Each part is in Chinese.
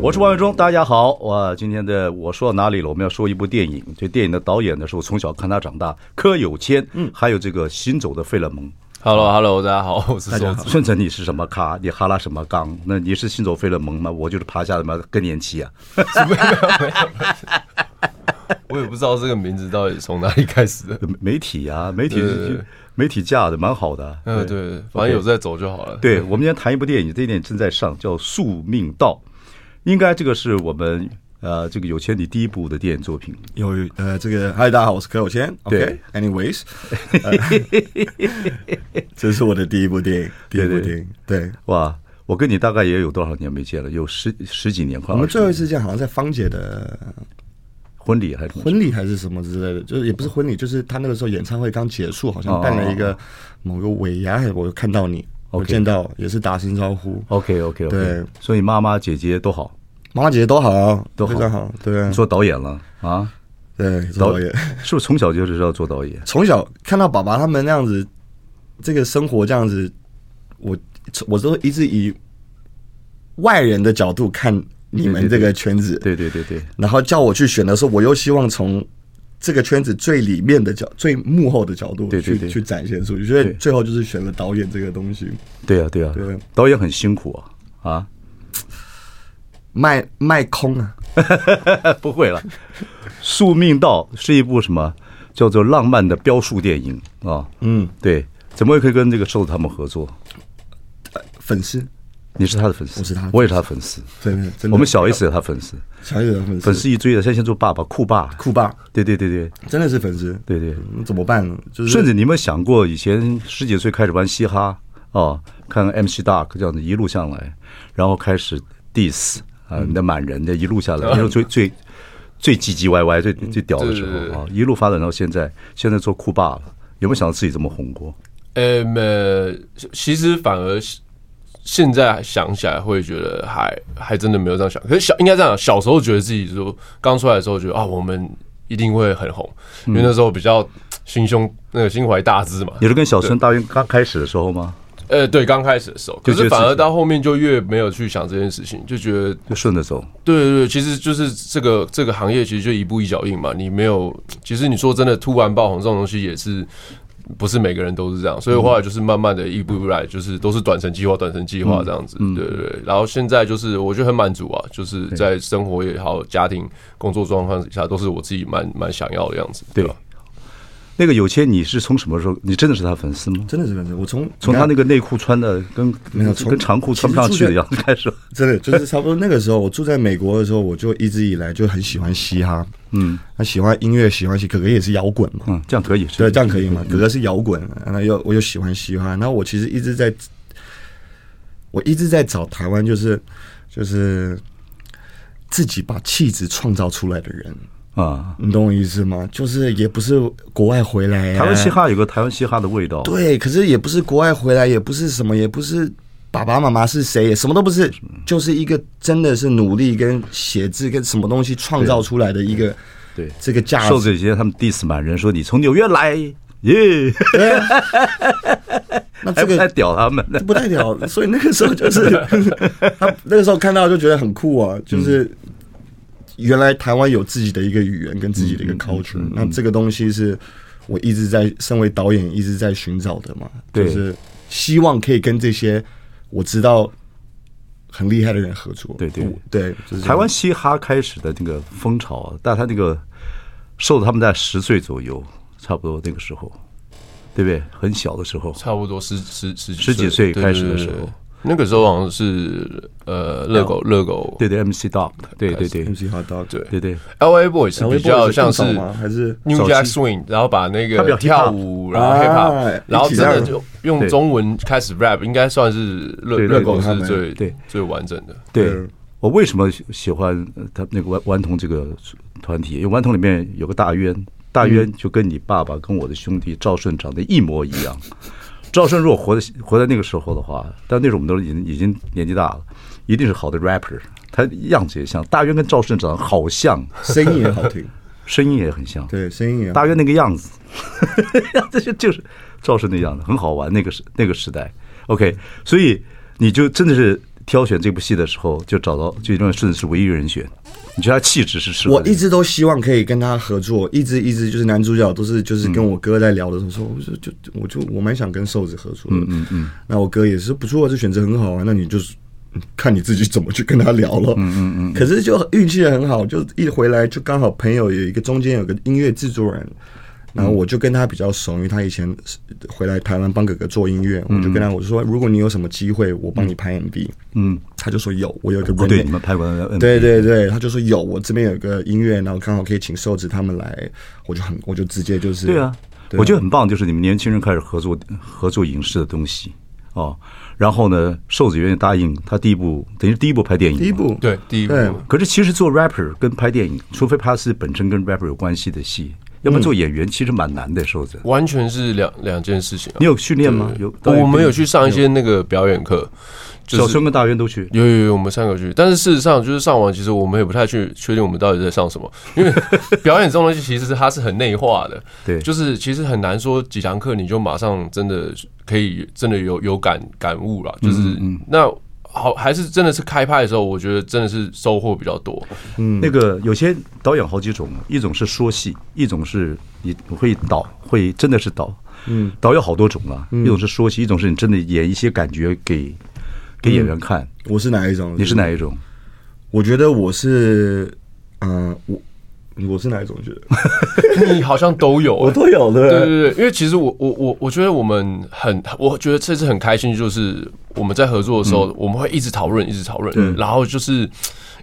我是王伟忠，大家好。哇，今天的我说到哪里了？我们要说一部电影，这电影的导演呢，是我从小看他长大，柯有谦，嗯，还有这个行走的费勒蒙。 Hello，Hello，大家好， 我是大家瘦好，子。顺成你是什么咖？你哈拉什么缸？那你是行走费勒蒙吗？我就是爬下什么更年期啊？我也不知道这个名字到底从哪里开 始的。媒体啊，媒体对对对媒体架的蛮好的啊。嗯，对，反正有在走就好了。对，我们今天谈一部电影，这电影正在上，叫《宿命道》，应该这个是我们呃这个有钱你第一部的电影作品。有呃，这个嗨，大家好，我是柯有谦。对 OK，anyways，、呃 这是我的第一部电影，第一部对对电影。对，哇，我跟你大概也有多少年没见了？有十十几年，快我们20最后一次见好像在芳姐的婚礼还是什么婚礼还是什么之类的，就是也不是婚礼，就是她那个时候演唱会刚结束，好像办了一哦个某个尾牙，我有看到你，我 OK 见到也是打声招呼， ？OK OK OK，对所以妈妈姐姐都好，妈姐都好，都好非常好，对啊嗯你，做导演了啊？对，导导演。是不是从小就知道做导演？从小看到爸爸他们那样子，这个生活这样子，我我都一直以外人的角度看你对对们对这个圈子，对对对对，然后叫我去选的时候，我又希望从这个圈子最里面的角、最幕后的角度去对对对去展现出去，所对以最后就是选了导演这个东西，对啊对啊对，导演很辛苦啊啊！卖卖空啊，不会了，《宿命道》是一部什么叫做浪漫的标树电影啊？嗯，对，怎么也可以跟这个瘦子他们合作？粉丝，你是他的粉丝，我是他的我也是他的粉丝。真的真的，我们小 S 也是他粉丝，小野的粉丝，粉丝一追的，现在先做爸爸酷爸，酷爸对对对对真的是粉丝，对对。嗯怎么办呢？就是甚至你有没有想过，以前十几岁开始玩嘻哈哦，看 MC Dark 这样子一路下来，然后开始 diss 啊，你的满人的一路下来，那时候最最最唧唧歪歪、最最屌的时对对对候啊，一路发展到现在，现在做酷爸了，有没有想到自己这么红过？呃，没其实反而是现在想起来会觉得还还真的没有这样想。可是小应该这样，小时候觉得自己说刚出来的时候觉得啊，我们一定会很红，嗯因为那时候比较心胸那个心怀大志嘛。你是跟小孙大运刚开始的时候吗？呃，对，刚开始的时候，就可觉得是反自而己到后面就越没有去想这件事情，就觉得就顺着走，对对对，其实就是这个这个行业，其实就一步一脚印嘛。你没有，其实你说真的，突然爆红这种东西也是不是每个人都是这样，所以后来就是慢慢的一步一步来，就是都是短程计划、短程计嗯划这样子。对对对。然后现在就是我觉得很满足啊，就是在生活也好、家庭、工作状况下，都是我自己蛮蛮想要的样子。对吧？。那个有钱，你是从什么时候？你真的是他粉丝吗？真的是粉丝，我从从你他看那个内裤穿的跟没有从跟长裤穿不上去的样子开始，真 的就是差不多那个时候，我住在美国的时候，我就一直以来就很喜欢嘻哈，嗯，那喜欢音乐，喜欢嘻，哥哥也是摇滚嘛，嗯，这样可以，是嗯对，这样可以吗？哥哥是摇滚，那又我又喜欢嘻哈，那我其实一直在，我一直在找台湾，就是就是自己把气质创造出来的人，啊。你懂我意思吗？就是也不是国外回来、啊，台湾嘻哈有个台湾嘻哈的味道，对，可是也不是国外回来，也不是什么，也不是爸爸妈妈是谁，也什么都不是，就是一个真的是努力跟写字跟什么东西创造出来的一个对这个价瘦值。子以前他们 diss 满人说你从纽约来，耶，那还这不太个屌他们呢。不代表，所以那个时候就是 他那个时候看到就觉得很酷啊，就是原来台湾有自己的一个语言跟自己的一个 culture，、那这个东西是我一直在身为导演一直在寻找的嘛，对就是希望可以跟这些我知道很厉害的人合作，对对我对，就是台湾嘻哈开始的那个风潮啊，但他那个瘦子他们在十岁左右，差不多那个时候，对不对？很小的时候，差不多十十十十几岁开始的时候。嗯对对对对那个时候好像是呃，热狗热狗对对，MC Dog，对对对 MC Hot Dog，对对对， L A Boy 是比较像是还是 New 早 Jack 期 Swing，然后把那他比个较跳 hip-hop 舞，然后啊 hip hop，然后一起真的这样就用对中文开始 rap，应该算是热对热热狗狗他是们最对最完整的。对对，我为什么喜喜欢呃他那个顽顽童这个团体？因为顽童里面有个大渊，大渊就跟你爸爸跟我的兄弟赵顺长得一模一样。 赵顺如果活在活在那个时候的话，但那时候我们都已经已经年纪大了，一定是好的 rapper。他样子也像，大渊跟赵顺长得好像，声音也好听，声音也很像。对，声音也好大。约那个样子， 这就就是赵氏那样子，很好玩。那个时那个时代，OK，所以你就真的是挑选这部戏的时候，就找到就认为顺子是唯一人选。你觉得他气质是适合我的一直都希望可以跟他合作，一直一直就是男主角都是就是跟我哥在聊的时候说，我就就我就我蛮想跟瘦子合作的，嗯嗯，那我哥也是不错，这选择很好啊，那你就是嗯看你自己怎么去跟他聊了，嗯嗯 嗯，可是就运气也很好，就一回来就刚好朋友有一个中间有个音乐制作人。然后我就跟他比较熟，因为他以前是回来台湾帮哥哥做音乐，我就跟他我就说，如果你有什么机会，我帮你拍 MV。嗯，他就说有，我有一个哦，人对，你们拍过的，嗯对对对，他就说有，我这边有个音乐，然后刚好可以请瘦子他们来，我就很我就直接就是对啊，我觉得很棒，就是你们年轻人开始合作合作影视的东西哦。然后呢，瘦子愿意答应他第一部，等于是第一部拍电影，第一。部对，第一部对可是其实做 rapper 跟拍电影，除非他是本身跟 rapper 有关系的戏，要嗯么做演员其实蛮难的，瘦子。完全是两两件事情啊、你有训练吗？有，我们有去上一些那个表演课，就小是春跟大渊都去。有有有，我们三个去，但是事实上就是上完，其实我们也不太去确定我们到底在上什么，因为表演这种东西其实是它是很内化的，对就是其实很难说几堂课你就马上真的可以真的有有感感悟了，嗯就是那好还是真的是开拍的时候，我觉得真的是收获比较 多，那个有些导演好几种，一种是说戏，一种是你会导，会真的是导。嗯，导有好多种啊，一种是说戏，一种是你真的演一些感觉给给演员看。我是哪一种？你是哪一种？我觉得我是，嗯、我我是哪一种？我 觉得你好像都有、欸，都有对对对，因为其实我我我我觉得我们很，我觉得这次很开心，就是我们在合作的时候，嗯我们会一直讨论，一直讨论，然后就是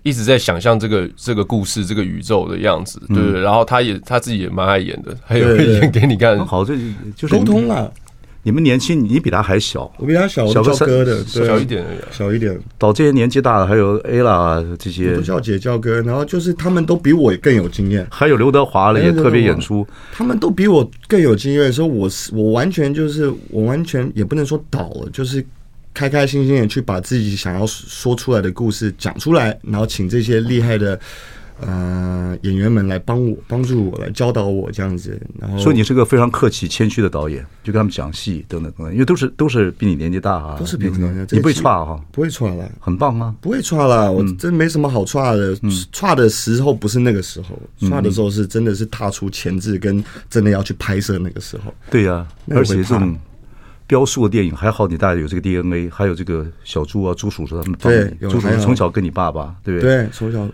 一直在想象这个这个故事、这个宇宙的样子，对不对？然后他也他自己也蛮爱演的，还有嗯对会对演给你看很，好，这就是沟通啦，你们年轻，你比他还小，我比他小，我小个都叫三哥的，对小一点而已啊。小一点，到这些年纪大的，还有 A 啦这些都，叫姐叫哥，然后就是他们都比我更有经验。还有哎刘德华了，也特别演出。他们都比我更有经验的时候，我是我完全就是我完全也不能说倒了，就是开开心心的去把自己想要说出来的故事讲出来，然后请这些厉害的呃演员们来帮我帮助我来教导我这样子，然后所以你是个非常客气、谦虚的导演，就跟他们讲戏等等等等，因为都是都是比你年纪大啊，都是比我年纪大你不会这个戏差哈、不会错啦。很棒啊！不会差啦，我真没什么好差的。嗯差的时候不是那个时候，差的时候是真的是踏出前置，跟真的要去拍摄那个时候。对呀、那而也会且这怕种雕塑的电影还好，你大概有这个 DNA，还有这个小猪啊、猪叔叔他们帮对你。有猪叔还叔有从小跟你爸爸，对不对？对，从小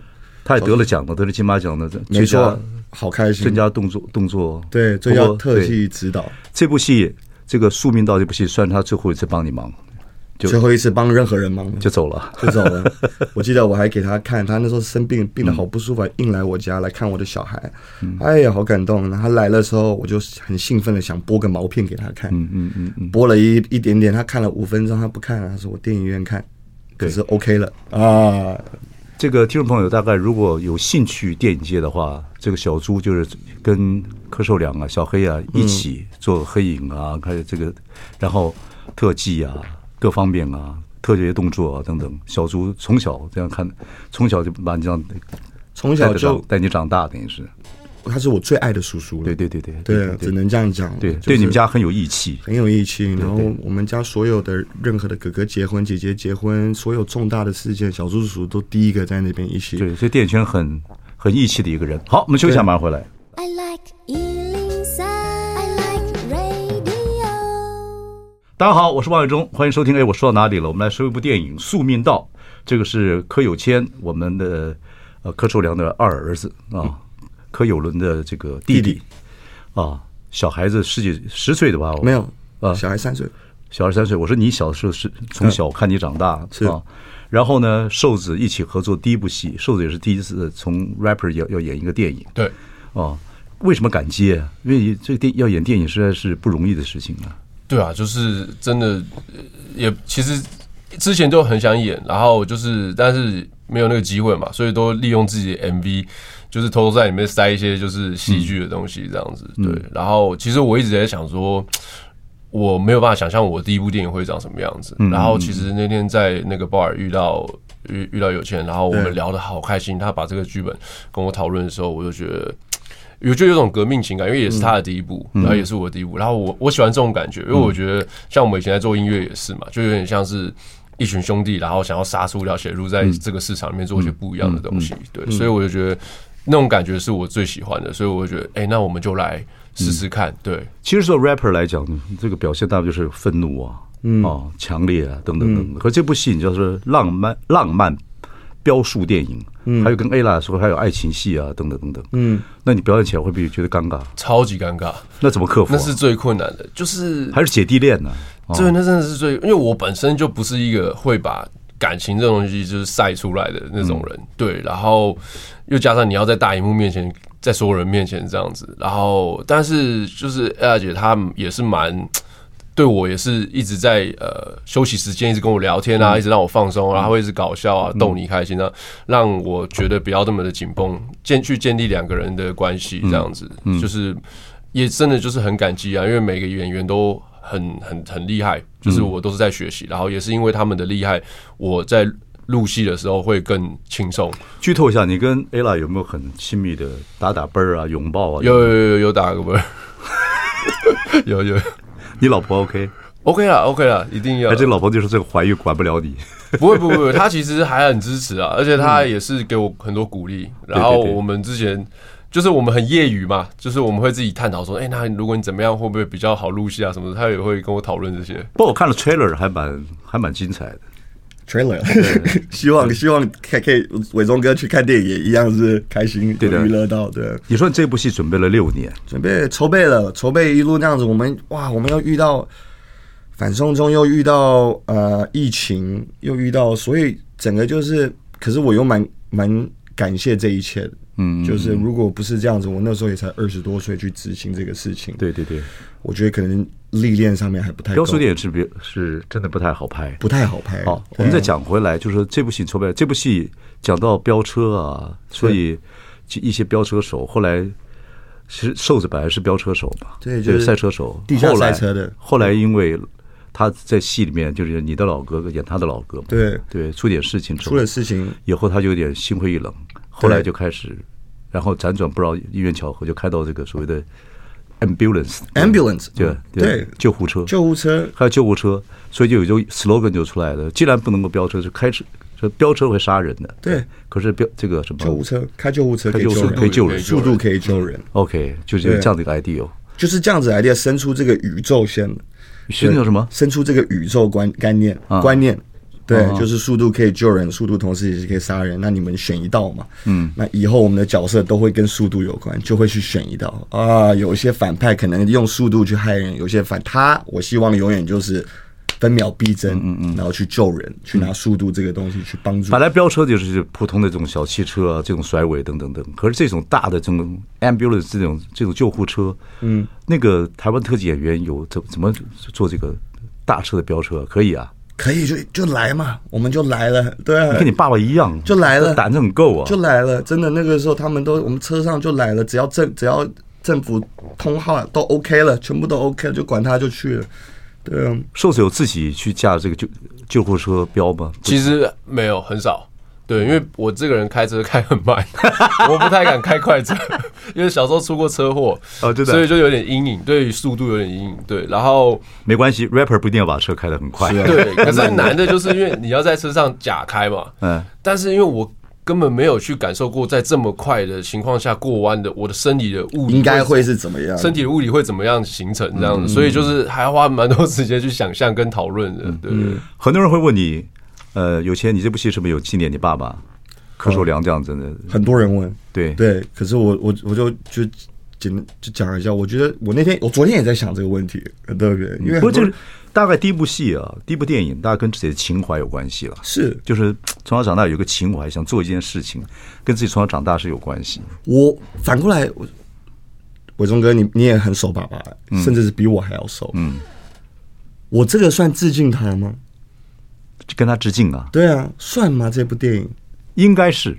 他也得了奖的，得了金马奖的，最佳没错，好开心最。佳动作动作。对，最不要过特对技指导。这部戏，这个《宿命道》这部戏，算是他最后一次帮你忙，就最后一次帮任何人忙了，就就走了。就走 了。我记得我还给他看，他那时候生病，病得好不舒服，还硬来我家来看我的小孩。嗯哎呀，好感动！然后他来的时候，我就很兴奋的想播个毛片给他看。嗯嗯嗯嗯，播了一一点点，他看了五分钟，他不看了，他说我电影院看，可是 OK 了啊。这个听众朋友大概如果有兴趣电影界的话，这个小猪就是跟柯受良啊、小黑啊一起做黑影啊，还有这个，然后特技啊各方面啊，特别动作啊等等。小猪从小这样看，从小就把你这样从带小着长就带你长大，等于是，他是我最爱的叔叔了。对对对对对，啊只对能这样讲了。对，就是对你们家很有义气。很有义气。然后我们家所有的任何的哥哥结婚、姐姐结婚，所有重大的事件，小叔叔都第一个在那边一起。对，所以电影圈很很义气的一个人。好，我们休息一下，马上回来。 I like Ealing Sound. I like radio. 大家好，我是王伟忠，欢迎收听。哎，我说到哪里了？我们来说一部电影《宿命道》，这个是柯有谦，我们的呃柯受良的二儿子啊，柯有伦的这个弟嗯弟弟弟啊，小孩子十几十岁的吧？没有啊小孩三岁，小二三岁。我说你小时候是从小看你长大嗯是啊，然后呢，瘦子一起合作第一部戏，瘦子也是第一次从 rapper 要要演一个电影对，啊。为什么敢接啊？因为这个电要演电影实在是不容易的事情啊。对啊，就是真的呃也其实之前就很想演，然后就是但是没有那个机会嘛，所以都利用自己的 MV，就是偷偷在里面塞一些就是戏剧的东西这样子。对，然后其实我一直在想说。我没有办法想象我第一部电影会长什么样子。然后其实那天在那个鲍尔遇到遇遇到有钱人，然后我们聊得好开心。他把这个剧本跟我讨论的时候，我就觉得。我就有种革命情感，因为也是嗯他的第一部，然后也是我的第一部，然后我我喜欢这种感觉，因为嗯我觉得像我们以前在做音乐也是嘛，就有点像是一群兄弟，然后想要杀出一条血路，在嗯这个市场里面做一些不一样的东西，对，所以我就觉得那种感觉是我最喜欢的，所以我就觉得，哎，那我们就来试嗯试看，对，其实做 rapper 来讲，这个表现大不就是愤怒啊，嗯、啊，强烈啊，等等等等。可这部戏你就是浪漫浪漫标述电影，还有跟 A 拉说还有爱情戏啊，等等等等。嗯，那你表演起来会不会觉得尴尬？超级尴尬。那怎么克服、啊？那是最困难的，就是还是姐弟恋呢、啊？对，那真的是最，因为我本身就不是一个会把感情这种东西就是晒出来的那种人，对，然后又加上你要在大荧幕面前，在所有人面前这样子，然后但是就是艾拉姐她也是蛮。对我也是一直在呃休息时间一直跟我聊天啊，一直让我放松，然后一直搞笑啊，逗你开心啊，让我觉得不要这么的紧绷，建去建立两个人的关系这样子，就是也真的就是很感激啊，因为每个演员都很很很厉害，就是我都是在学习，然后也是因为他们的厉害，我在录戏的时候会更轻松，剧透一下，你跟 A 拉有没有很亲密的打打啵儿啊、拥抱啊？有有有有有打个啵儿， 有有。你老婆 OK？ OK 啦，OK 啦，一定要哎，。这老婆就是这个怀孕管不了 你，不会，不会，不会，他其实还很支持 啊，而且他也是给我很多鼓励。然后我们之前就是我们很业余嘛，就是我们会自己探讨说，哎，那如果你怎么样，会不会比较好入戏啊什么的？他也会跟我讨论这些。不过我看了 trailer 还蛮还蛮精彩的。 trailer，希 望希望可以可以伟忠哥去看电影也一样是开心，对的娱乐到对。你说你这部戏准备了六年，准备筹备了，筹备一路那样子，我们哇，我们又遇到反送中，又遇到呃疫情，又遇到，所以整个就是，可是我又蛮蛮感谢这一切的，嗯，就是如果不是这样子，我那时候也才二十多岁去执行这个事情，，对对对，我觉得可能历练上面还不太够雕塑，电影是别是真的不太好拍。不太好拍。啊好，哦我们再讲回来，就是这部戏筹备，这部戏讲到飙车啊，所以就一些飙车手后来是瘦子本来是飙车手嘛，对就是赛车手，地下后来赛车的后来因为他在戏里面就是你的老哥哥演他的老哥嘛，对对，出点事情之后出了事情，以后他就有点心灰意冷，后来对就开始，然后辗转不知道因缘巧合就开到这个所谓的 ambulance Ambulance，嗯对对救护车救护车还有救护车，所以就有一种 slogan 就出来了，既然不能够飙车，就开车，这飙车会杀人的，对，可是飙这个什么救护车开救护车开可以救护救车可以人，救人救速度可以救人， ，OK，就是有对这样的一个 idea，哦就是这样子 idea 生出这个宇宙线的。是那叫什么？生出这个宇宙观概念、啊观念。对啊，就是速度可以救人，速度同时也是可以杀人。那你们选一道嘛？嗯，那以后我们的角色都会跟速度有关，就会去选一道啊。有一些反派可能用速度去害人，有些反他，我希望永远就是分秒必争，嗯嗯，然后去救人，去拿速度这个东西去帮助本。来飙车就是普通的这种小汽车啊，这种甩尾等等等，可是这种大的这种 ambulance 这种这种救护车，嗯，那个台湾特技演员有怎怎么做这个大车的飙车可以啊？可以就就来嘛，我们就来了，对啊，跟你爸爸一样，就来了胆子很够啊，就来了，真的那个时候他们都我们车上就来了，只要政只要政府通话都 OK 了，全部都 OK 了，就管他就去了。对啊，瘦子有自己去驾这个救救护车飙吗？其实没有很少。嗯对，因为我这个人开车开很慢， 我不太敢开快车， 因为小时候出过车祸，哦真的所以就有点阴影，对于速度有点阴影。对，然后没关系，rapper 不一定要把车开得很快，啊对， 可是难的就是因为你要在车上假开嘛，嗯，但是因为我根本没有去感受过在这么快的情况下过弯的，我的身体的物理应该会是怎么样？身体的物理会怎么样形成这样嗯子，所以就是还要花蛮多时间去想象跟讨论嗯的，对。很多人会问你，呃，有钱，你这部戏是不是有纪念你爸爸柯受良这样子的？很多人问，对，对，可是我我我就就简就讲一下，我觉得我那天我昨天也在想这个问题，很特别，因嗯不为很过多这人是大概第一部戏啊，第一部电影，大概跟自己的情怀有关系了。是就是从小长大有个情怀，想做一件事情，跟自己从小长大是有关系。我反过来，我伟忠哥，你你也很熟爸爸，嗯甚至是比我还要熟。嗯，我这个算致敬他吗？跟他致敬啊，对啊，算吗？这部电影应该是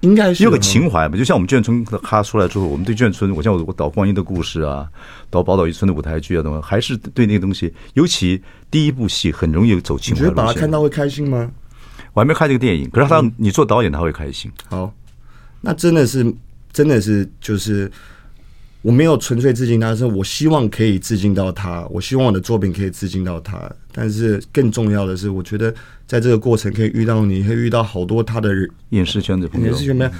应该是有个情。情怀吧，就像我们眷村的咖出来之后，我们对眷村，我像我我导光阴的故事啊，导宝岛一村的舞台剧啊等等，还是对那个东西，尤其第一部戏很容易走情你怀觉路得线。把他看到会开心吗？我还没看这个电影，可是他、嗯你做导演他会开心，好，那真的是，真的是，就是我没有纯粹致敬他，是我希望可以致敬到他，我希望我的作品可以致敬到他。但是更重要的是，我觉得在这个过程可以遇到你，会遇到好多他的人，影视圈子朋也友是。什么？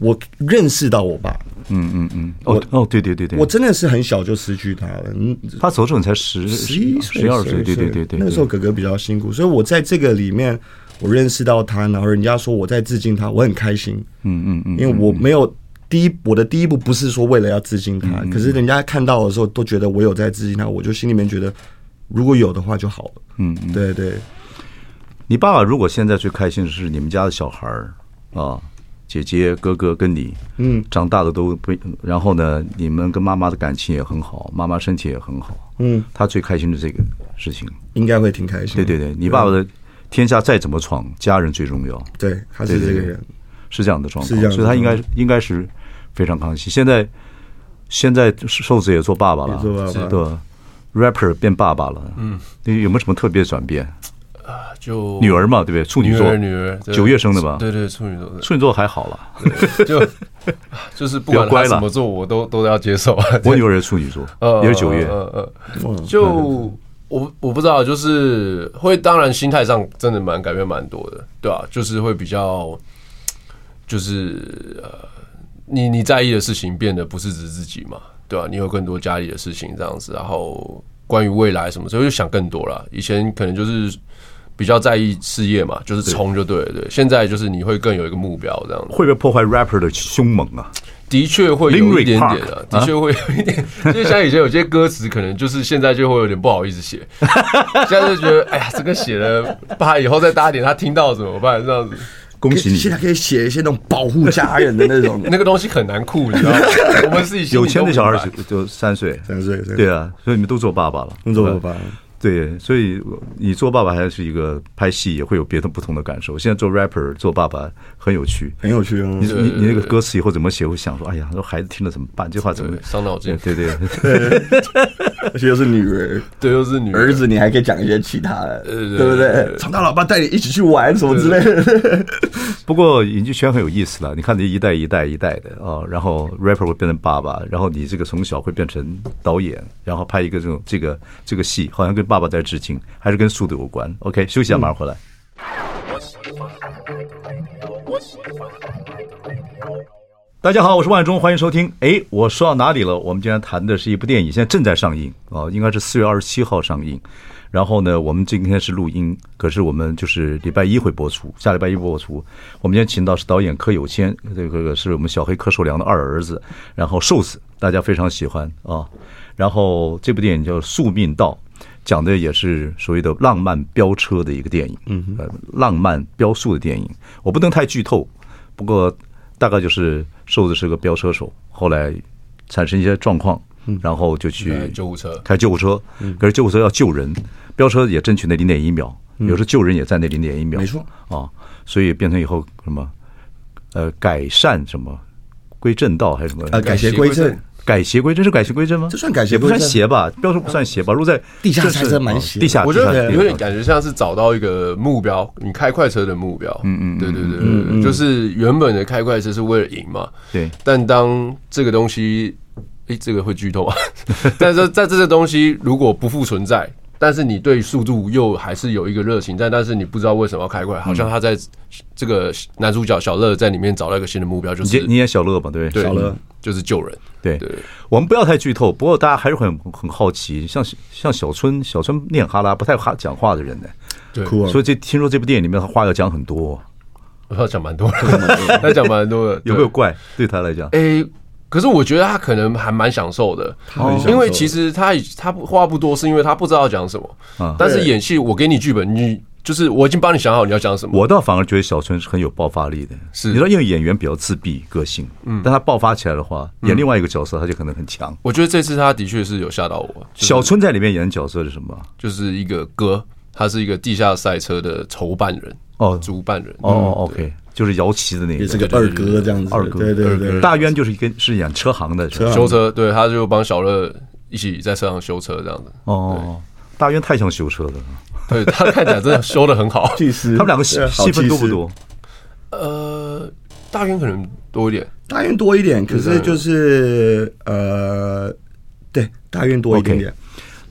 我认识到我爸，嗯嗯嗯，哦哦，对对对对，我真的是很小就失去他了。嗯，他走的时候你才十十一岁、十二岁，对对对对，那个时候哥哥比较辛苦，所以我在这个里面，我认识到他，然后人家说我在致敬他，我很开心。嗯嗯嗯，因为我没有第一，我的第一步不是说为了要致敬他，嗯可是人家看到的时候都觉得我有在致敬他，我就心里面觉得如果有的话就好了。嗯，对对，你爸爸如果现在最开心的是你们家的小孩儿啊，姐姐、哥哥跟你，嗯，长大的都不，然后呢，你们跟妈妈的感情也很好，妈妈身体也很好，嗯，他最开心的这个事情。应该会挺开心对的。对对，你爸爸的天下再怎么闯，家人最重要，对，他是这个对对对人。是这样的状是况这，样的所以他应该应该是非常康熙。现在现在瘦子也做爸爸了，也做爸爸对吧，rapper 变爸爸了，嗯，有没有什么特别的转变？就女儿嘛，对不对？处女女座，儿女儿对九月生的吧？对对，处女座的处女座还好了。就就是不比较管乖他了怎么做，我都都要接受啊。我女儿也是处女座呃，，也是九月。呃呃哇就我我不知道，就是会，当然心态上真的蛮改变蛮多的，对吧、就是会比较，就是呃，你你在意的事情变得不是只是自己嘛，对吧、啊你有更多家里的事情这样子，然后关于未来什么，所以就想更多了。以前可能就是。比较在意事业嘛，就是冲就对了，对。现在就是你会更有一个目标这样子。会不会破坏 rapper 的凶猛啊？的确会有一点点 Linkin 的 Park，，的确会有一点，就像以前有些歌词，可能就是现在就会有点不好意思写， 现在就觉得哎呀，这个写了，怕以后再搭点他听到怎么办？这样子，。恭喜现在你！可以写一些那种保护家人的 那种那个东西很难酷，你知道吗？我们自己心里有钱的小孩都就明白就三岁，三岁，三岁对，啊，所以你们都做爸爸了。呃工作伙伴，对，啊所以你做爸爸还是一个拍戏也会有别的不同的感受。现在做 rapper 做爸爸很有趣。很有趣哦你。你你那个歌词以后怎么写？会想说，哎呀，说孩子听了怎么办？这话怎么对伤脑筋对对对， 而且又是女儿、对，又是女儿儿，子，你还可以讲一些其他的，对对对不对对？长大老爸带你一起去玩什么之类的。不过影剧圈很有意思了，你看你一代一代一代的啊、然后 rapper 会变成爸爸，然后你这个从小会变成导演，然后拍一个这种这个这个戏，好像跟爸爸在致敬，还是跟速度有关。OK，休息一下，马上回来。大家好，我是万忠，欢迎收听。哎，我说到哪里了？我们今天谈的是一部电影，现在正在上映啊、应该是四月二十七号上映。然后呢，我们今天是录音，可是我们就是礼拜一会播出，下礼拜一播出。我们今天请到是导演柯有谦，这个是我们小黑柯受良的二儿子，然后瘦子，大家非常喜欢啊。然后这部电影叫《宿命道》，讲的也是所谓的浪漫飙车的一个电影，嗯，呃，浪漫飙速的电影。我不能太剧透，不过大概就是瘦子是个飙车手，后来产生一些状况，然后就去对救护车开救护车，可是救护车要救人，飙车也争取那零点一秒，有时候救人也在那零点一秒，没错啊，所以变成以后什么呃改善什么归正道还是什么呃，改邪归正，改邪归正是改邪归正吗？这算改邪也不归正算邪吧，飙车不算邪吧？如果在地下这是才是蛮邪地下，我觉地下得地有下点感觉像是找到一个目标，你开快车的目标。嗯嗯，对对对对对，就是原本的开快车是为了赢嘛。对但当这个东西，诶，这个会剧透啊。 但是在这个东西如果不复存在，但是你对速度又还是有一个热情，但但是你不知道为什么要开快，好像他在这个男主角小乐在里面找到一个新的目标，就你也是你也小乐吧，对不对对小乐就是救 人。对对，我们不要太剧透，不过大家还是很很好奇，像像小春，小春念哈拉不太哈讲话的人呢，对，酷啊！所以这听说这部电影里面他话要讲很多，我要讲蛮多的，要讲蛮多的，有没有怪？对他来讲，诶、可是我觉得他可能还蛮享受的，很享受因为其实他已他不话不多，是因为他不知道要讲什么。啊但是演戏，我给你剧本，你就是我已经帮你想好你要讲什么。我倒反而觉得小春是很有爆发力的，是你知道，因为演员比较自闭个性，嗯，但他爆发起来的话，演另外一个角色他就可能很强。我觉得这次他的确是有吓到我，就是小春在里面演的角色是什么？就是一个哥，他是一个地下赛车的筹办人哦主办人。哦嗯哦，OK，就是摇旗的那也个是个二哥这样子，二哥对对二对，哥大渊，就是跟是演车行的，是吧车行。修车，对，他就帮小乐一起在车上修车这样子。哦，大渊太像修车的了，对他看起来真的修的很 好技师，他们两个戏对好戏份技多不师多？呃，大渊可能多一点，大院多一点，可是就是呃，对，大院多一点点。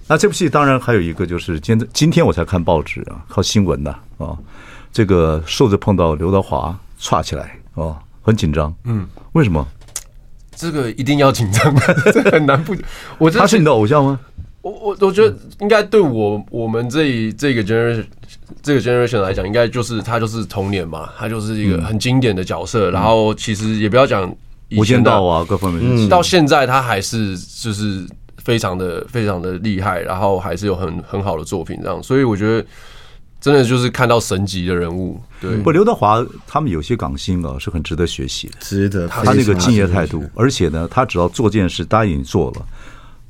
那这部戏当然还有一个就是今天今天我才看报纸啊，靠新闻的啊，这个瘦子碰到刘德华歘起来啊，很紧张，嗯，为什么？这个一定要紧张， 这很难不。我真他的是你的偶像吗？我我我觉得应该对我我们这一这个 generation 这个 generation 来讲，应该就是他就是童年嘛，他就是一嗯个很经典的角色。然后其实也不要讲以无间前的嗯道，啊，各方面的戏，到现在他还是就是非常的非常的厉害，然后还是有很很好的作品这样。所以我觉得真的就是看到神级的人物，对，不，刘德华他们有些港星啊是很值得学习的。值得，他那个非常敬业态度，而且呢，他只要做件事答应你做了，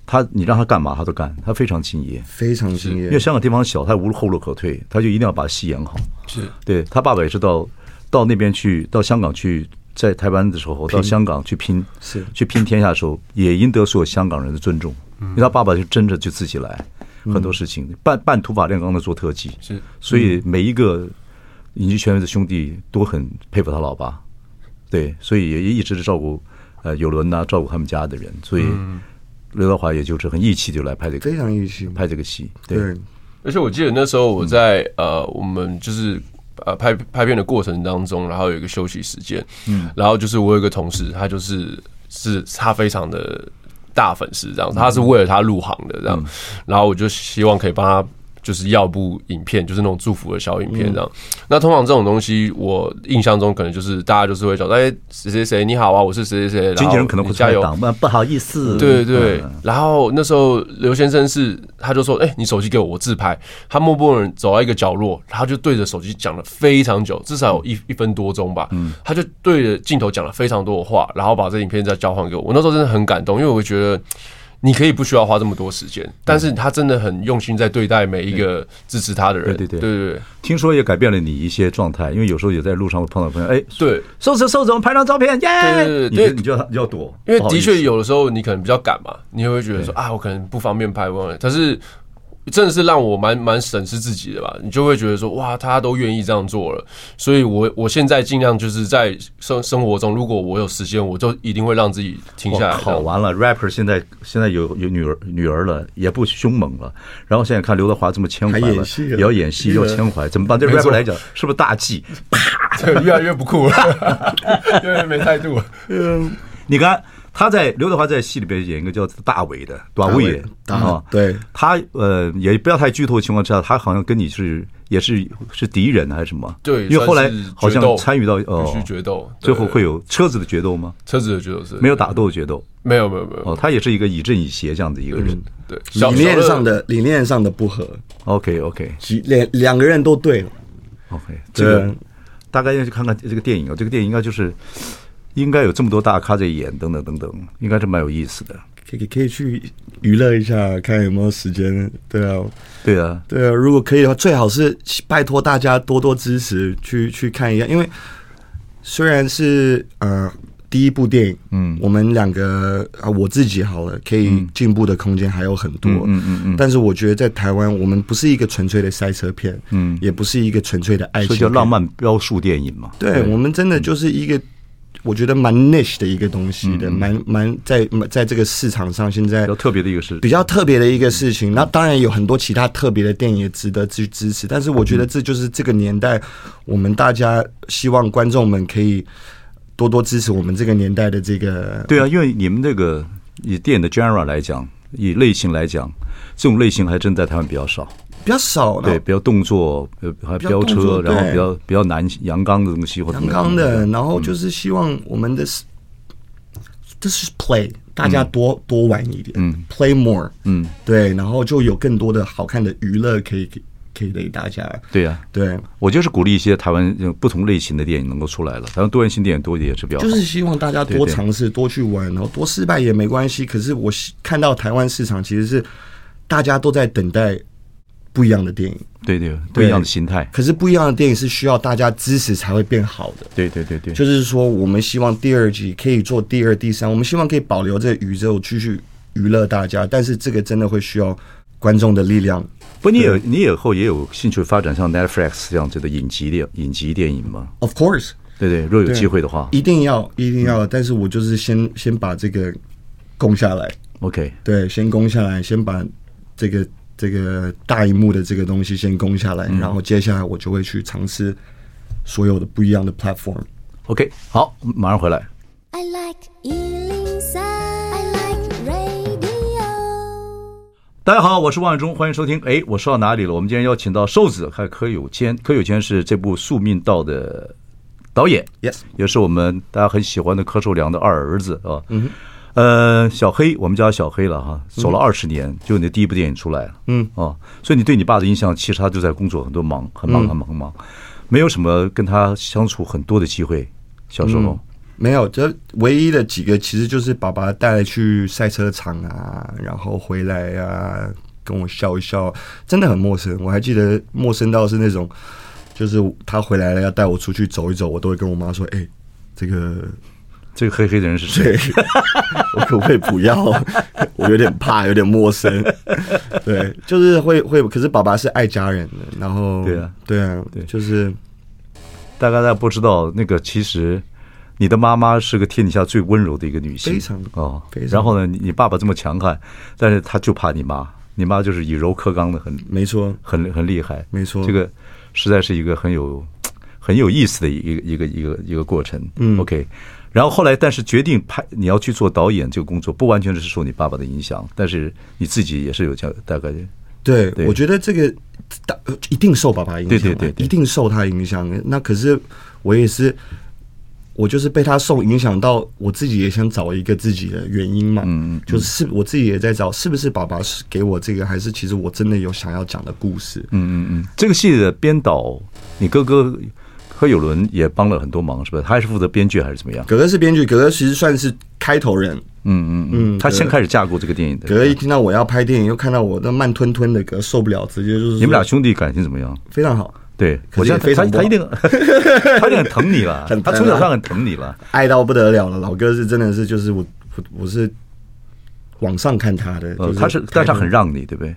他你让他干嘛他都干，他非常敬业。非常敬因为业，香港地方小，他无后路可退，他就一定要把戏演好。是对他爸爸也是到到那边去，到香港去，在台湾的时候，到香港去拼，是去拼天下的时候，也赢得所有香港人的尊重。因为他爸爸就真的就自己来，很多事情半半土法炼钢的做特技，是所以每一个影剧圈的兄弟都很佩服他老爸，对，所以也一直照顾呃有伦呐、照顾他们家的人，所以刘德华也就是很义气就来拍这个非常义气。拍这个戏，哎对，对，而且我记得那时候我在、呃，我们就是呃拍拍片的过程当中，然后有一个休息时间，嗯，然后就是我有一个同事，他就是是他非常的大粉丝嗯这样，他是为了他入行的这样，然后我就希望可以帮他。就是要部影片，就是那种祝福的小影片这样。嗯那通常这种东西，我印象中可能就是大家就是会讲，哎，谁谁谁你好啊，我是谁谁谁，经纪人可能然后会你加油，挡，不不好意思，对对嗯，然后那时候刘先生是，他就说：“哎、你手机给我，我自拍。”他默默地走到一个角落，他就对着手机讲了非常久，至少有嗯一一分多钟吧。他就对着镜头讲了非常多的话，然后把这影片再交换给我。我那时候真的很感动，因为我觉得。你可以不需要花这么多时间，但是他真的很用心在对待每一个支持他的人。对对对对对听说也改变了你一些状态，因为有时候也在路上会碰到朋友，哎，对，瘦子瘦子，我们拍张照片，耶！对对对你对就你就要你就要躲，因为不好的意思确有的时候你可能比较赶嘛，你也会觉得说啊，我可能不方便拍，忘了。但是真的是让我蛮蛮审视自己的吧，你就会觉得说哇，他都愿意这样做了，所以我我现在尽量就是在生生活中，如果我有时间，我就一定会让自己停我下来。靠，完了，rapper 现在现在有有女儿女儿了，也不凶猛了。然后现在看刘德华这么牵怀还了演戏，了也要演戏，是要的牵怀，怎么办？对没错 rapper 来讲，是不是大忌？对，越来越 不酷了，越来越没态度了。你看他在刘德华在戏里边演一个叫大伟的短尾的大伟大对他呃也不要太剧透的情况之下，他好像跟你是也是是敌人还是什么？对因为后来算是好像决斗参与到必哦须决斗，最后会有有车子的决斗吗？车子的决斗是没有打斗的决斗没有没有没有哦，他也是一个以正以邪这样的一个人。对小理念小乐上的理念上的不合， OK OK 其两两个人都对了， OK，这对个大概要去看看这个电影啊，这个电影应该就是应该有这么多大咖在演，等等等等，应该是蛮有意思的。可以可以去娱乐一下，看有没有时间。对啊，对啊，对啊，如果可以的话，最好是拜托大家多多支持，去去看一下，因为虽然是呃第一部电影，嗯，我们两个啊我自己好了，可以进步的空间还有很多，嗯嗯嗯但是我觉得在台湾，我们不是一个纯粹的赛车片，嗯，也不是一个纯粹的爱情所以片，叫浪漫标树电影嘛。哎对我们真的就是一个，我觉得蛮 niche 的一个东西的，蛮蛮在在这个市场上现在比较特别的一个是比较特别的一个事情。那当然有很多其他特别的电影也值得去支持，但是我觉得这就是这个年代，我们大家希望观众们可以多多支持我们这个年代的这个对啊，因为你们这个以电影的 genre 来讲，以类型来讲，这种类型还真在台湾比较少。比较少对，了。比较动作，呃，还哦较飙动车，作然后对比较比较男阳刚的东西或者阳刚的，嗯然后就是希望我们的是这是 play，大家多、多玩一点，嗯，play more，嗯，对，然后就有更多的好看的娱乐可以给可以给大家，对呀、啊。对，我就是鼓励一些台湾呃不同类型的电影能够出来了，台湾多元性电影多一点也是比较好。就是希望大家对多对尝试、多去玩，然后多失败也没关系。可是我希看到台湾市场其实是大家都在等待不一样的电影。对对，不一样的心态，可是不一样的电影是需要大家支持才会变好的。对对对对，就是说，我们希望第二季可以做第二、第三，我们希望可以保留这个宇宙继续娱乐大家，但是这个真的会需要观众的力量。不，你也你以后也有兴趣发展像 Netflix 这样子的影集电影集电影吗？ Of course，对对，若有对机会的话一定要，一定要。但是我就是先先把这个攻下来， ，OK，对，先攻下来，先把这个这个大荧幕的这个东西先攻下来，然后接下来我就会去尝试所有的不一样的 platform。 OK，好，马上回来。 I like Ealing Sound. I like radio. 大家好，我是王伟忠，欢迎收听。哎，我说到哪里了？我们今天邀请到瘦子还有柯有谦，柯有谦是这部《宿命道》的导演 Yes 也是我们大家很喜欢的柯受良的二儿子啊。嗯，呃，小黑，我们叫他小黑了哈，走了二十年，就你的第一部电影出来了。嗯，哦，所以你对你爸的印象，其实他就在工作很多忙，很忙，很忙，很忙，没有什么跟他相处很多的机会。小时候，没有，这唯一的几个其实就是爸爸带去赛车场啊，然后回来啊，跟我笑一笑，真的很陌生。我还记得陌生到是那种，就是他回来了要带我出去走一走，我都会跟我妈说：“哎、这个这个黑黑的人是谁？我可不可以不要？ 我有点怕，有点陌生。”对，就是会会，可是爸爸是爱家人的，然后对啊对啊，对就是大概大家不知道，那个其实你的妈妈是个天底下最温柔的一个女性，非常哦非。常然后呢，你你爸爸这么强悍，但是他就怕你妈，你妈就是以柔克刚的很，没错，很很厉害，没错这个实在是一个很有很有意思的一个一个一个一个过程。嗯，OK。然后后来，但是决定拍你要去做导演这个工作，不完全是受你爸爸的影响，但是你自己也是有这样大概对，对我觉得这个大一定受爸爸影响对啊，对对对一定受他影响。那可是我也是，我就是被他受影响到，我自己也想找一个自己的原因嘛。嗯就是是我自己也在找，是不是爸爸是给我这个，还是其实我真的有想要讲的故事？嗯，这个戏的编导，你哥哥柯有伦也帮了很多忙，是吧？他还是负责编剧还是怎么样？哥哥是编剧，哥哥其实算是开头人。嗯嗯嗯，他先开始架构这个电影的。哥哥一听到我要拍电影，又看到我那慢吞吞的，哥受不了，直接就是你们俩兄弟感情怎么样？非常好，对，可我是觉也得非他常他不好一定 他一定很疼你了， 很他疼啊从小他很疼你了。爱到不得了了。老哥是真的是就是我我我是往上看他的，就呃，是他是，但是他很让你，对不对？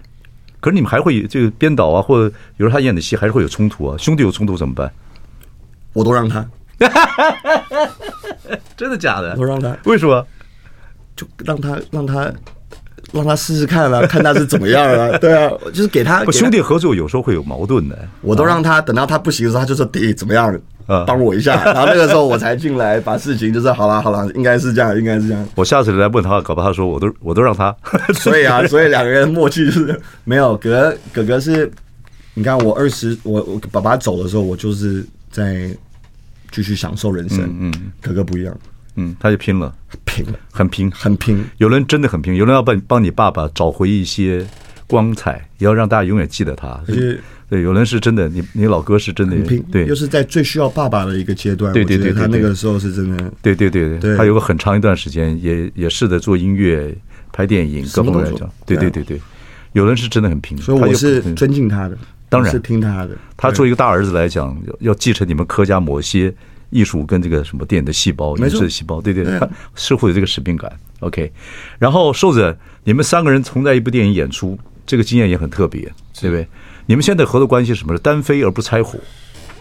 可是你们还会这个编导啊，或者有时候他演的戏还是会有冲突啊，兄弟有冲突怎么办？我都让他，真的假的我？让他为什么？就让他让他让他试试看啊， 看他是怎么 样啊。对啊，就是给他不，给他兄弟合作有时候会有矛盾的。我都让他等到他不行的时候，他就说：“弟，怎么样啊？帮我一下。”然后那个时候我才进来，把事情就是好了，好了，应该是这样，应该是这样。我下次来问他，搞不好他说我都我都让他。所以啊， 所以两个人默契就是没有。哥哥哥是，你看我二十，我我爸爸走的时候，我就是在继续享受人生。嗯，哥哥不一样， 嗯，他就拼了，拼了，很拼，很拼。有人真的很拼，有人要帮帮你爸爸找回一些光彩，也要让大家永远记得他。是对，有人是真的，你你老哥是真的很拼，，对又，是在最需要爸爸的一个阶段。对对我觉对得对他对那个时候是真的，对对对对他有个很长一段时间也也试着做音乐、拍电影各什么方面来都做讲，对对对对，有人是真的很拼，所以他我又是嗯尊敬他的，当然是听他的。 他作为一个大儿子来讲，要要继承你们柯家某些艺术跟这个什么电影的细胞、没影错视的细胞，对对，对啊他是会有这个使命感。OK，然后瘦子，你们三个人同在一部电影演出，这个经验也很特别，对不对？你们现在合作关系是什么？是单飞而不拆伙，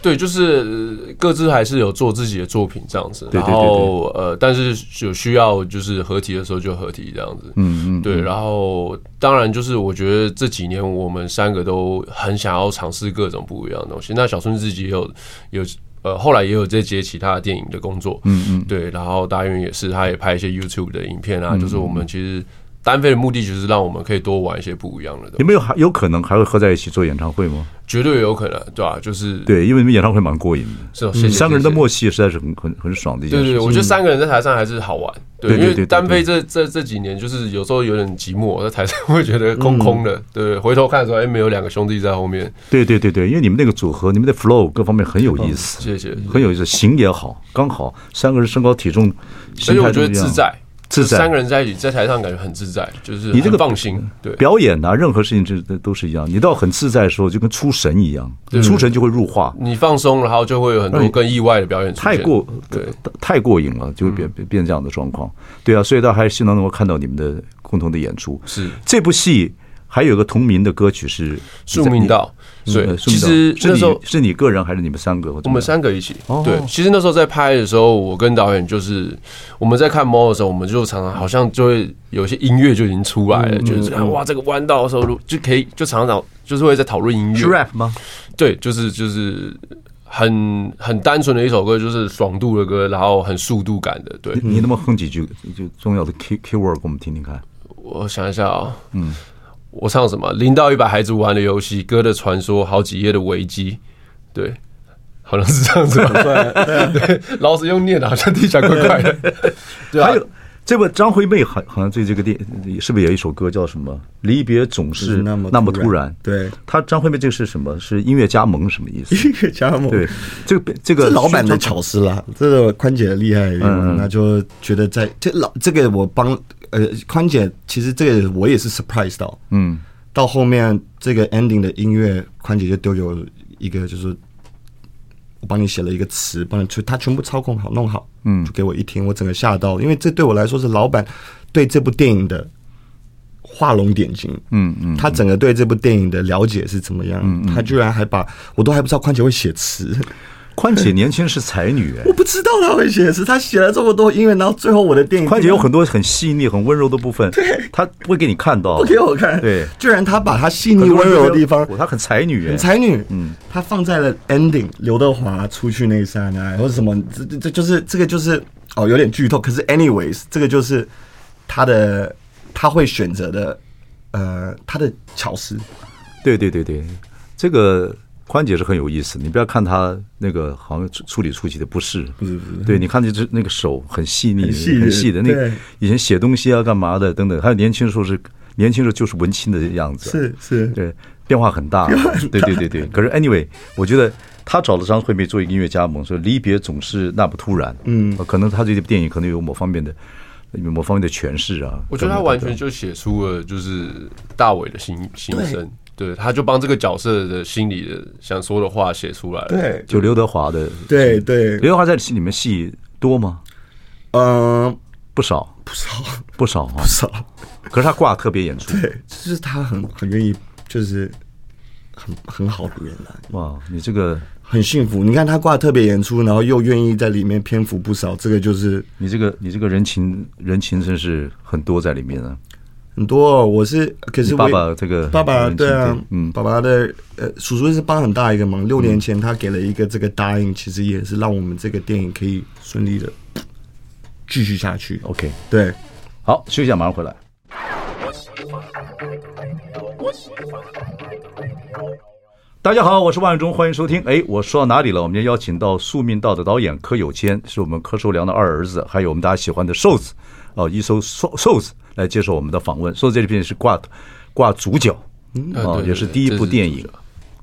对，就是呃各自还是有做自己的作品这样子，对对对对然后呃，但是有需要就是合体的时候就合体这样子，嗯嗯，对。然后当然就是我觉得这几年我们三个都很想要尝试各种不一样的东西。那小孙自己也有有呃，后来也有在接其他的电影的工作，嗯嗯，对。然后大运也是，他也拍一些 YouTube 的影片啊，嗯就是我们其实单飞的目的就是让我们可以多玩一些不一样的东你西，们有还有可能还会合在一起做演唱会吗？绝对有可能，对吧、就是对，因为你们演唱会蛮过瘾的，是哦，谢谢三个人谢的谢默契实在是很很很爽的一件对事对，对，情。我觉得三个人在台上还是好玩。对，对对因对对为单飞这这这几年，就是有时候有点寂寞，在台上会觉得空嗯空的。对，回头看的时候，哎，没有两个兄弟在后面。对对对对，因为你们那个组合，你们的 flow 各方面很有意思，谢谢。很有意思，型也好，刚好三个人身高体重，而形且态我觉都得一样自在，自就在三个人在一起在台上感觉很自在，就是你这个很放心，对，表演啊，任何事情这这都是一样。你到很自在的时候，就跟出神一样，出神就会入化，你放松，然后就会有很多更意外的表演出太现。过对，嗯太过瘾了，就会变变变这样的状况。对啊，所以到还是希望能够看到你们的共同的演出。是这部戏还有一个同名的歌曲是《宿命道。你所在》你，嗯以呃宿其命道实是那时候你是你个人还是你们三个？我们三个一起哦。对，其实那时候在拍的时候，我跟导演就是我们在看猫的时候，我们就常常好像就会有一些音乐就已经出来了，就是啊哇这个弯道的时候就可以就常常就是会在讨论音是乐。 rap 吗？对，就是就是很很单纯的一首歌，就是爽度的歌，然后很速度感的。对，你你能不能哼几句就重要的 key key word 给我们听听看？我想一下啊、嗯，我唱什么？零到一百孩子玩的游戏，歌的传说，好几页的危机，对，好像是这样子吧。 对，啊老师用念的，好像听起来怪怪的。 对啊还，有这个张惠妹好好像对这个电是不是有一首歌叫什么《离别总就是那么那么突然》？对，她张惠妹这个是什么？是音乐加盟什么 意思？一个加盟，对，这个这这个老板的宣传嗯巧思啦，这个宽姐的厉害的地方，那就觉得在这老这个我帮呃宽姐，其实这个我也是 surprise 到，嗯，到后面这个 ending 的音乐，宽姐就丢给我一个，就是我帮你写了一个词，帮你去，她全部操控好弄好，嗯，就给我一听，我整个吓到，因为这对我来说是老板对这部电影的画龙点睛，嗯嗯，他整个对这部电影的了解是怎么样，嗯他居然还把我都还不知道宽姐会写词，宽姐年轻是才女哎 我。不知道他会写词，他写了这么多音乐，然后最后我的电影宽姐有很多很细腻、很温柔的部分，她不会给你看到，不给我看，对居然他把他细很腻多人温就柔觉的得地方哇她很才女哎，才女，嗯，她放在了 ending 刘德华出去那一刹那，或者什么，这这这就是这个就是哦，有点剧透。可是 anyways，这个就是他的他会选择的，呃，他的巧思。对对对对，这个宽姐是很有意思，你不要看她那个好像处处理出奇的不是，不是不是，对你看这只那个手很细腻、很细的的，那个对以前写东西啊、干嘛的等等，还有年轻的时候是年轻的时候就是文青的样子，是是对，变化很大，对对对对。可是 anyway，我觉得他找了张惠妹做一个音乐加盟，说离别总是那么突然，嗯，可能他对这部电影可能有某方面的。某方面的诠释啊，我觉得等他等完等等全就写出了就是大伟的心心声。对，他就帮这个角色的心里的想说的话写出来了。，对就刘德华的，对对，刘德华在戏里面戏多吗？嗯，不少，不少不少啊不。少，可是他挂特别演出，对，就是他很很愿意，就是很很好的人来。哇，你这个很幸福，你看他挂特别演出，然后又愿意在里面篇幅不少，这个就是你这个你这个人情人情真是很多在里面啊。很多、哦。我是，可你是我爸也爸这个爸爸人情对啊，嗯，爸爸的呃，叔叔是帮很大一个忙。六年前他给了一个这个答应，其实也是让我们这个电影可以顺利的继续下去。 OK，对，好，休息一下，马上回来。大家好，我是万永忠，欢迎收听。哎，我说到哪里了？我们今天邀请到《宿命道》的导演柯有谦，是我们柯受良的二儿子，还有我们大家喜欢的瘦子，哦、一瘦瘦瘦子来接受我们的访问。瘦子这片是挂挂主角，啊哦对，对也是第一这部是电主影角，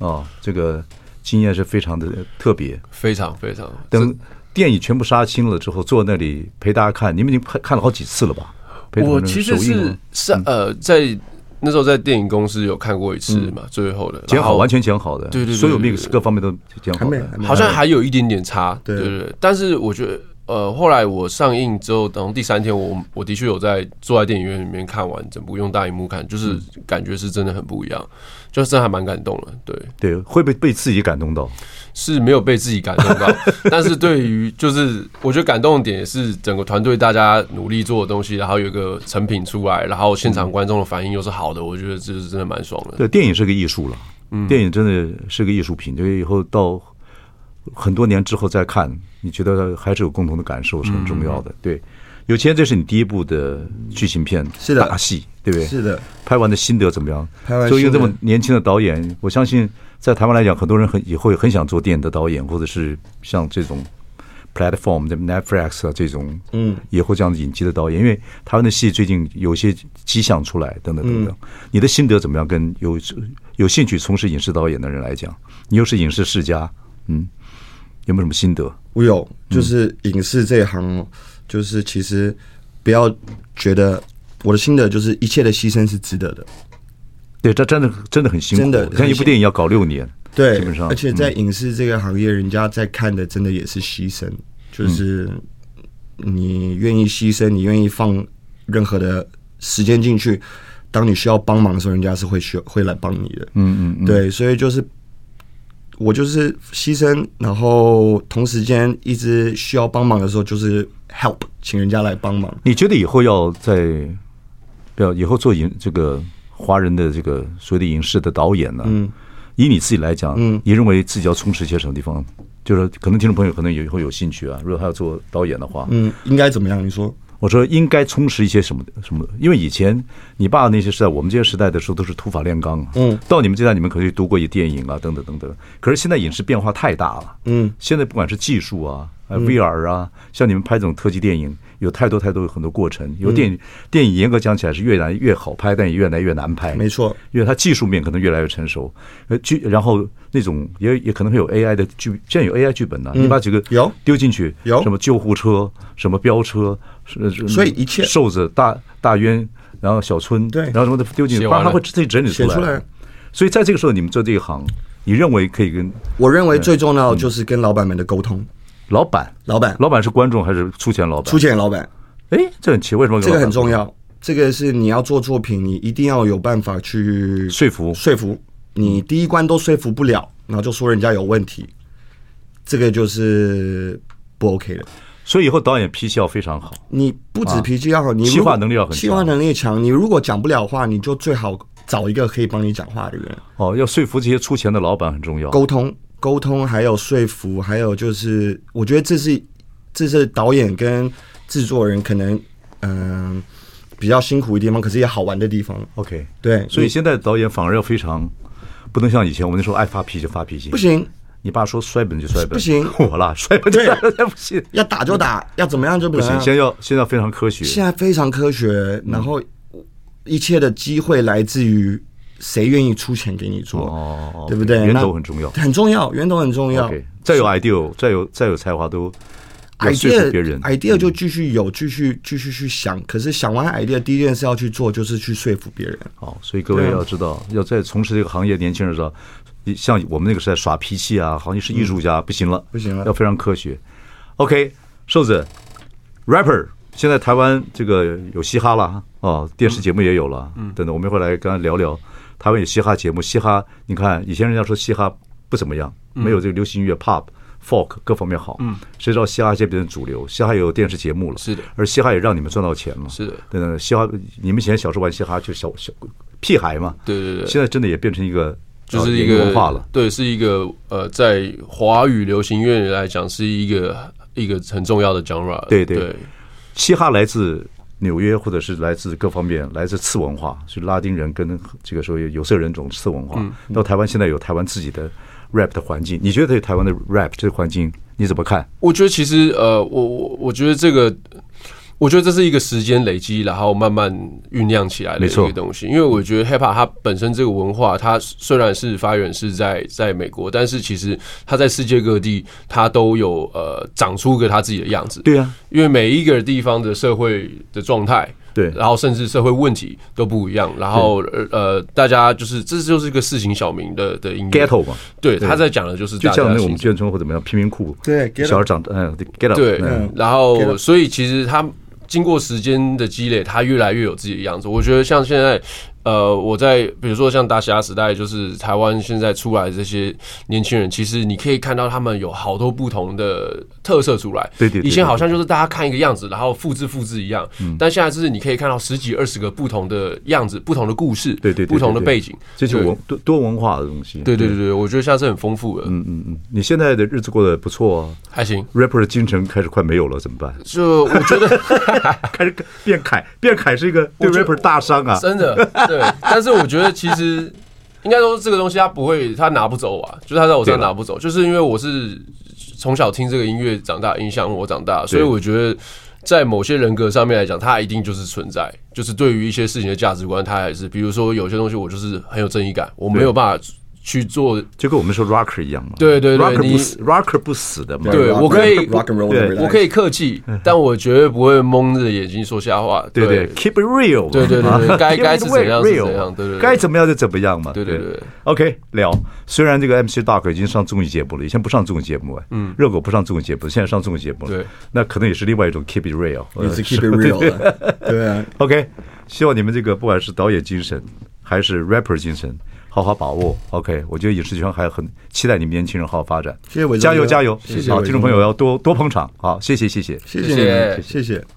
哦，这个经验是非常的特别。非常非常。等电影全部杀青了之后，坐那里陪大家看，你们已经看看了好几次了吧？陪同我人其首实映嗯是了是呃，在那时候在电影公司有看过一次嘛，最后的剪嗯然好，后完全剪好的，啊对对对对所有对 mix 各方面都剪还哦好没，的。没好像还有一点点差，对对对对。但是我觉得，呃，后来我上映之后，然后第三天我，我的确有在坐在电影院里面看完整部，用大荧幕看，就是感觉是真的很不一样，就是真的还蛮感动的。对，对，会不会被自己感动到？嗯是没有被自己感动到，但是对于就是我觉得感动的点也是整个团队大家努力做的东西，然后有一个成品出来，然后现场观众的反应又是好的，我觉得这是真的蛮爽的。对，电影是个艺术了，嗯电影真的是个艺术品，所以以后到很多年之后再看，你觉得还是有共同的感受是很重要的。嗯对，有钱，这是你第一部的剧情片，是的大戏，对不对？是的，拍完的心得怎么样？拍完作为一个心这得么年轻的导演，我相信在台湾来讲，很多人很以后也很想做电影的导演，或者是像这种 platform 的 Netflix 啊这种，嗯，以后这样影集的导演，因为台湾的戏最近有些迹象出来，等等等等。你的心得怎么样？跟有有兴趣从事影视导演的人来讲，你又是影视世家，嗯，有没有什么心得？我有，就是影视这一行哦，就是其实不要觉得我的心得就是一切的牺牲是值得的。对，这真的真的很辛苦，真的像一部电影要搞六年，对，基本上嗯而且在影视这个行业，人家在看的真的也是牺牲，就是嗯你愿意牺牲，你愿意放任何的时间进去，当你需要帮忙的时候，人家是会需会来帮你的。嗯嗯嗯，对，所以就是我就是牺牲，然后同时间一直需要帮忙的时候，就是 help，请人家来帮忙。你觉得以后要在，不要以后做影这个华人的这个所谓的影视的导演呢？嗯，以你自己来讲，嗯，你认为自己要充实些什么地方？就是可能听众朋友可能有以后有兴趣啊，如果他要做导演的话，嗯，应该怎么样？你说？我说应该充实一些什么什么？因为以前你爸那些时代，我们这些时代的时候都是土法炼钢啊。嗯，到你们这代，你们可以读过一电影啊，等等等等。可是现在影视变化太大了。嗯，现在不管是技术啊，呃，VR 啊，像你们拍这种特技电影，有太多太多有很多过程。嗯有电影电影严格讲起来是越来越好拍，但也越来越难拍。没错因为它技术面可能越来越成熟。呃，剧然后那种也也可能会有 AI 的剧，现在有 AI 剧本呢、你把几个嗯有丢进去，有什么救护车，什么飙车，是是所以一切瘦子大大冤，然后小春，对然后什么的丢进去，写他完了他会自己整理写出来。所以在这个时候，你们做这一行，你认为可以跟我认为最重要的就是跟老板们的沟通。老板，老板，嗯老板是观众还是出钱老板？出，钱，老板，哎，这很奇怪，为什么跟这个老板很重要。这个是你要做作品，你一定要有办法去说服说服。你第一关都说服不了，然后就说人家有问题，这个就是不 OK 的。所以以后导演脾气要非常好。你不止脾气要好，你如果气化能力要很强气化能力强。你如果讲不了话，你就最好找一个可以帮你讲话的人哦，要说服这些出钱的老板很重要。沟通，沟通还有说服，还有就是，我觉得这是这是导演跟制作人可能嗯、比较辛苦的地方，可是也好玩的地方。 OK，对，所以你现在导演反而要非常，不能像以前我们那时候爱发脾气就发脾气。不，行，你爸说摔本就摔本，不行我啦，摔本就对啊摔本不行，要打就打，要怎么样就不嗯不行，能。现在要现在要非常科学现。在非常科学，然后一切的机会来自于谁愿意出钱给你做，哦哦对不对？源那头很重要很重要，源头很重要。 OK，再有 idea，再有再有才华都要说服别人。嗯 idea 就继续有，继续继续去想。可是想完 idea，第一件事要去做就是去说服别人。好，哦所以各位对啊要知道，要在从事这个行业，年轻人知道，你像我们那个时代耍脾气啊，好像是艺术家，不行了，不行了要非常科学。OK，瘦子，rapper，现在台湾这个有嘻哈了哦，电视节目也有了，嗯，等等，我们一会儿来跟他聊聊台湾有嘻哈节目，嘻哈，你看以前人家说嘻哈不怎么样，没有这个流行音乐 pop。folk 各方面好，嗯，谁知道嘻哈现在变成主流，嘻哈也有电视节目了，是的而嘻哈也让你们赚到钱了，是的对对，对嘻哈，你们以前小时候玩嘻哈就小小屁孩嘛，对对对现在真的也变成一个就是一呃个文化了。对，是一个呃，在华语流行乐来讲，是一个一个很重要的 genre 对对对嘻哈来自纽约，或者是来自各方面，来自次文化，是拉丁人跟这个时候有色人种次文嗯化。到台湾现在有台湾自己的 rap 的环境，你觉得对台湾的 rap 这个环境你怎么看？我觉得其实呃，我我我觉得这个，我觉得这是一个时间累积，然后慢慢酝酿起来的没一错个东西。因为我觉得 hip hop 它本身这个文化，它虽然是发源是在在美国，但是其实它在世界各地，它都有呃长出个它自己的样子。对啊，因为每一个地方的社会的状态，对然后甚至社会问题都不一样，然后呃呃，大家就是这就是一个市井小民的的音乐 Ghetto 嘛对，他在讲的就是就大家像那种心眷村或怎么样贫民窟，对，get up 小孩长大，嗯，get up，对嗯，然给了后所以其实他经过时间的积累，他越来越有自己的样子。我觉得像现在。呃，我在比如说像大侠时代，就是台湾现在出来这些年轻人，其实你可以看到他们有好多不同的特色出来。对对对嗯以前好像就是大家看一个样子，然后复制复制一样，但现在就是你可以看到十几二十个不同的样子、不同的故事、对对，对不同的对背景，这就是对文多多文化的东西。对对对对，我觉得现在是很丰富的，嗯，嗯嗯，你现在的日子过得不错啊还行。 ，rapper 的精神开始快没有了，怎么办？就我觉得开始变凯，变凯是一个对我觉得 rapper 大伤啊。 真的，对。但是我觉得其实应该说这个东西他不会，他拿不走啊，就是他在我身上对了拿不走，就是因为我是从小听这个音乐长大，影响我长大，所以我觉得。在某些人格上面来讲，它一定就是存在，就是对于一些事情的价值观，它还是，比如说有些东西我就是很有正义感，我没有办法去做。就跟我们说 rocker 一样嘛。对对对，rocker 你不死，rocker 不死的嘛。对 rock- 我可以 rock and roll，对 never die 我可以客气，但我绝对不会蒙着眼睛说瞎话。对对对，keep it real 嘛。对对对对啊该 keep it 该是怎样是 real 怎样对对对该怎么样就怎么样嘛。对对对对 OK，聊。虽然这个 MC Doc 已经上综艺节目了，以前不上综艺节目哎，嗯，热狗不上综艺节目，现在上综艺节目了。对，那可能也是另外一种 keep it real，也呃是 keep it real 的，对啊， OK，希望你们这个不管是导演精神还是 rapper 精神，好好把握。OK，我觉得影视圈还有很期待你们年轻人好好发展。谢谢伟忠加油哥加油！谢谢好，伟听众忠朋友哥要多多捧场。好，谢谢谢谢。谢谢你们，谢谢谢。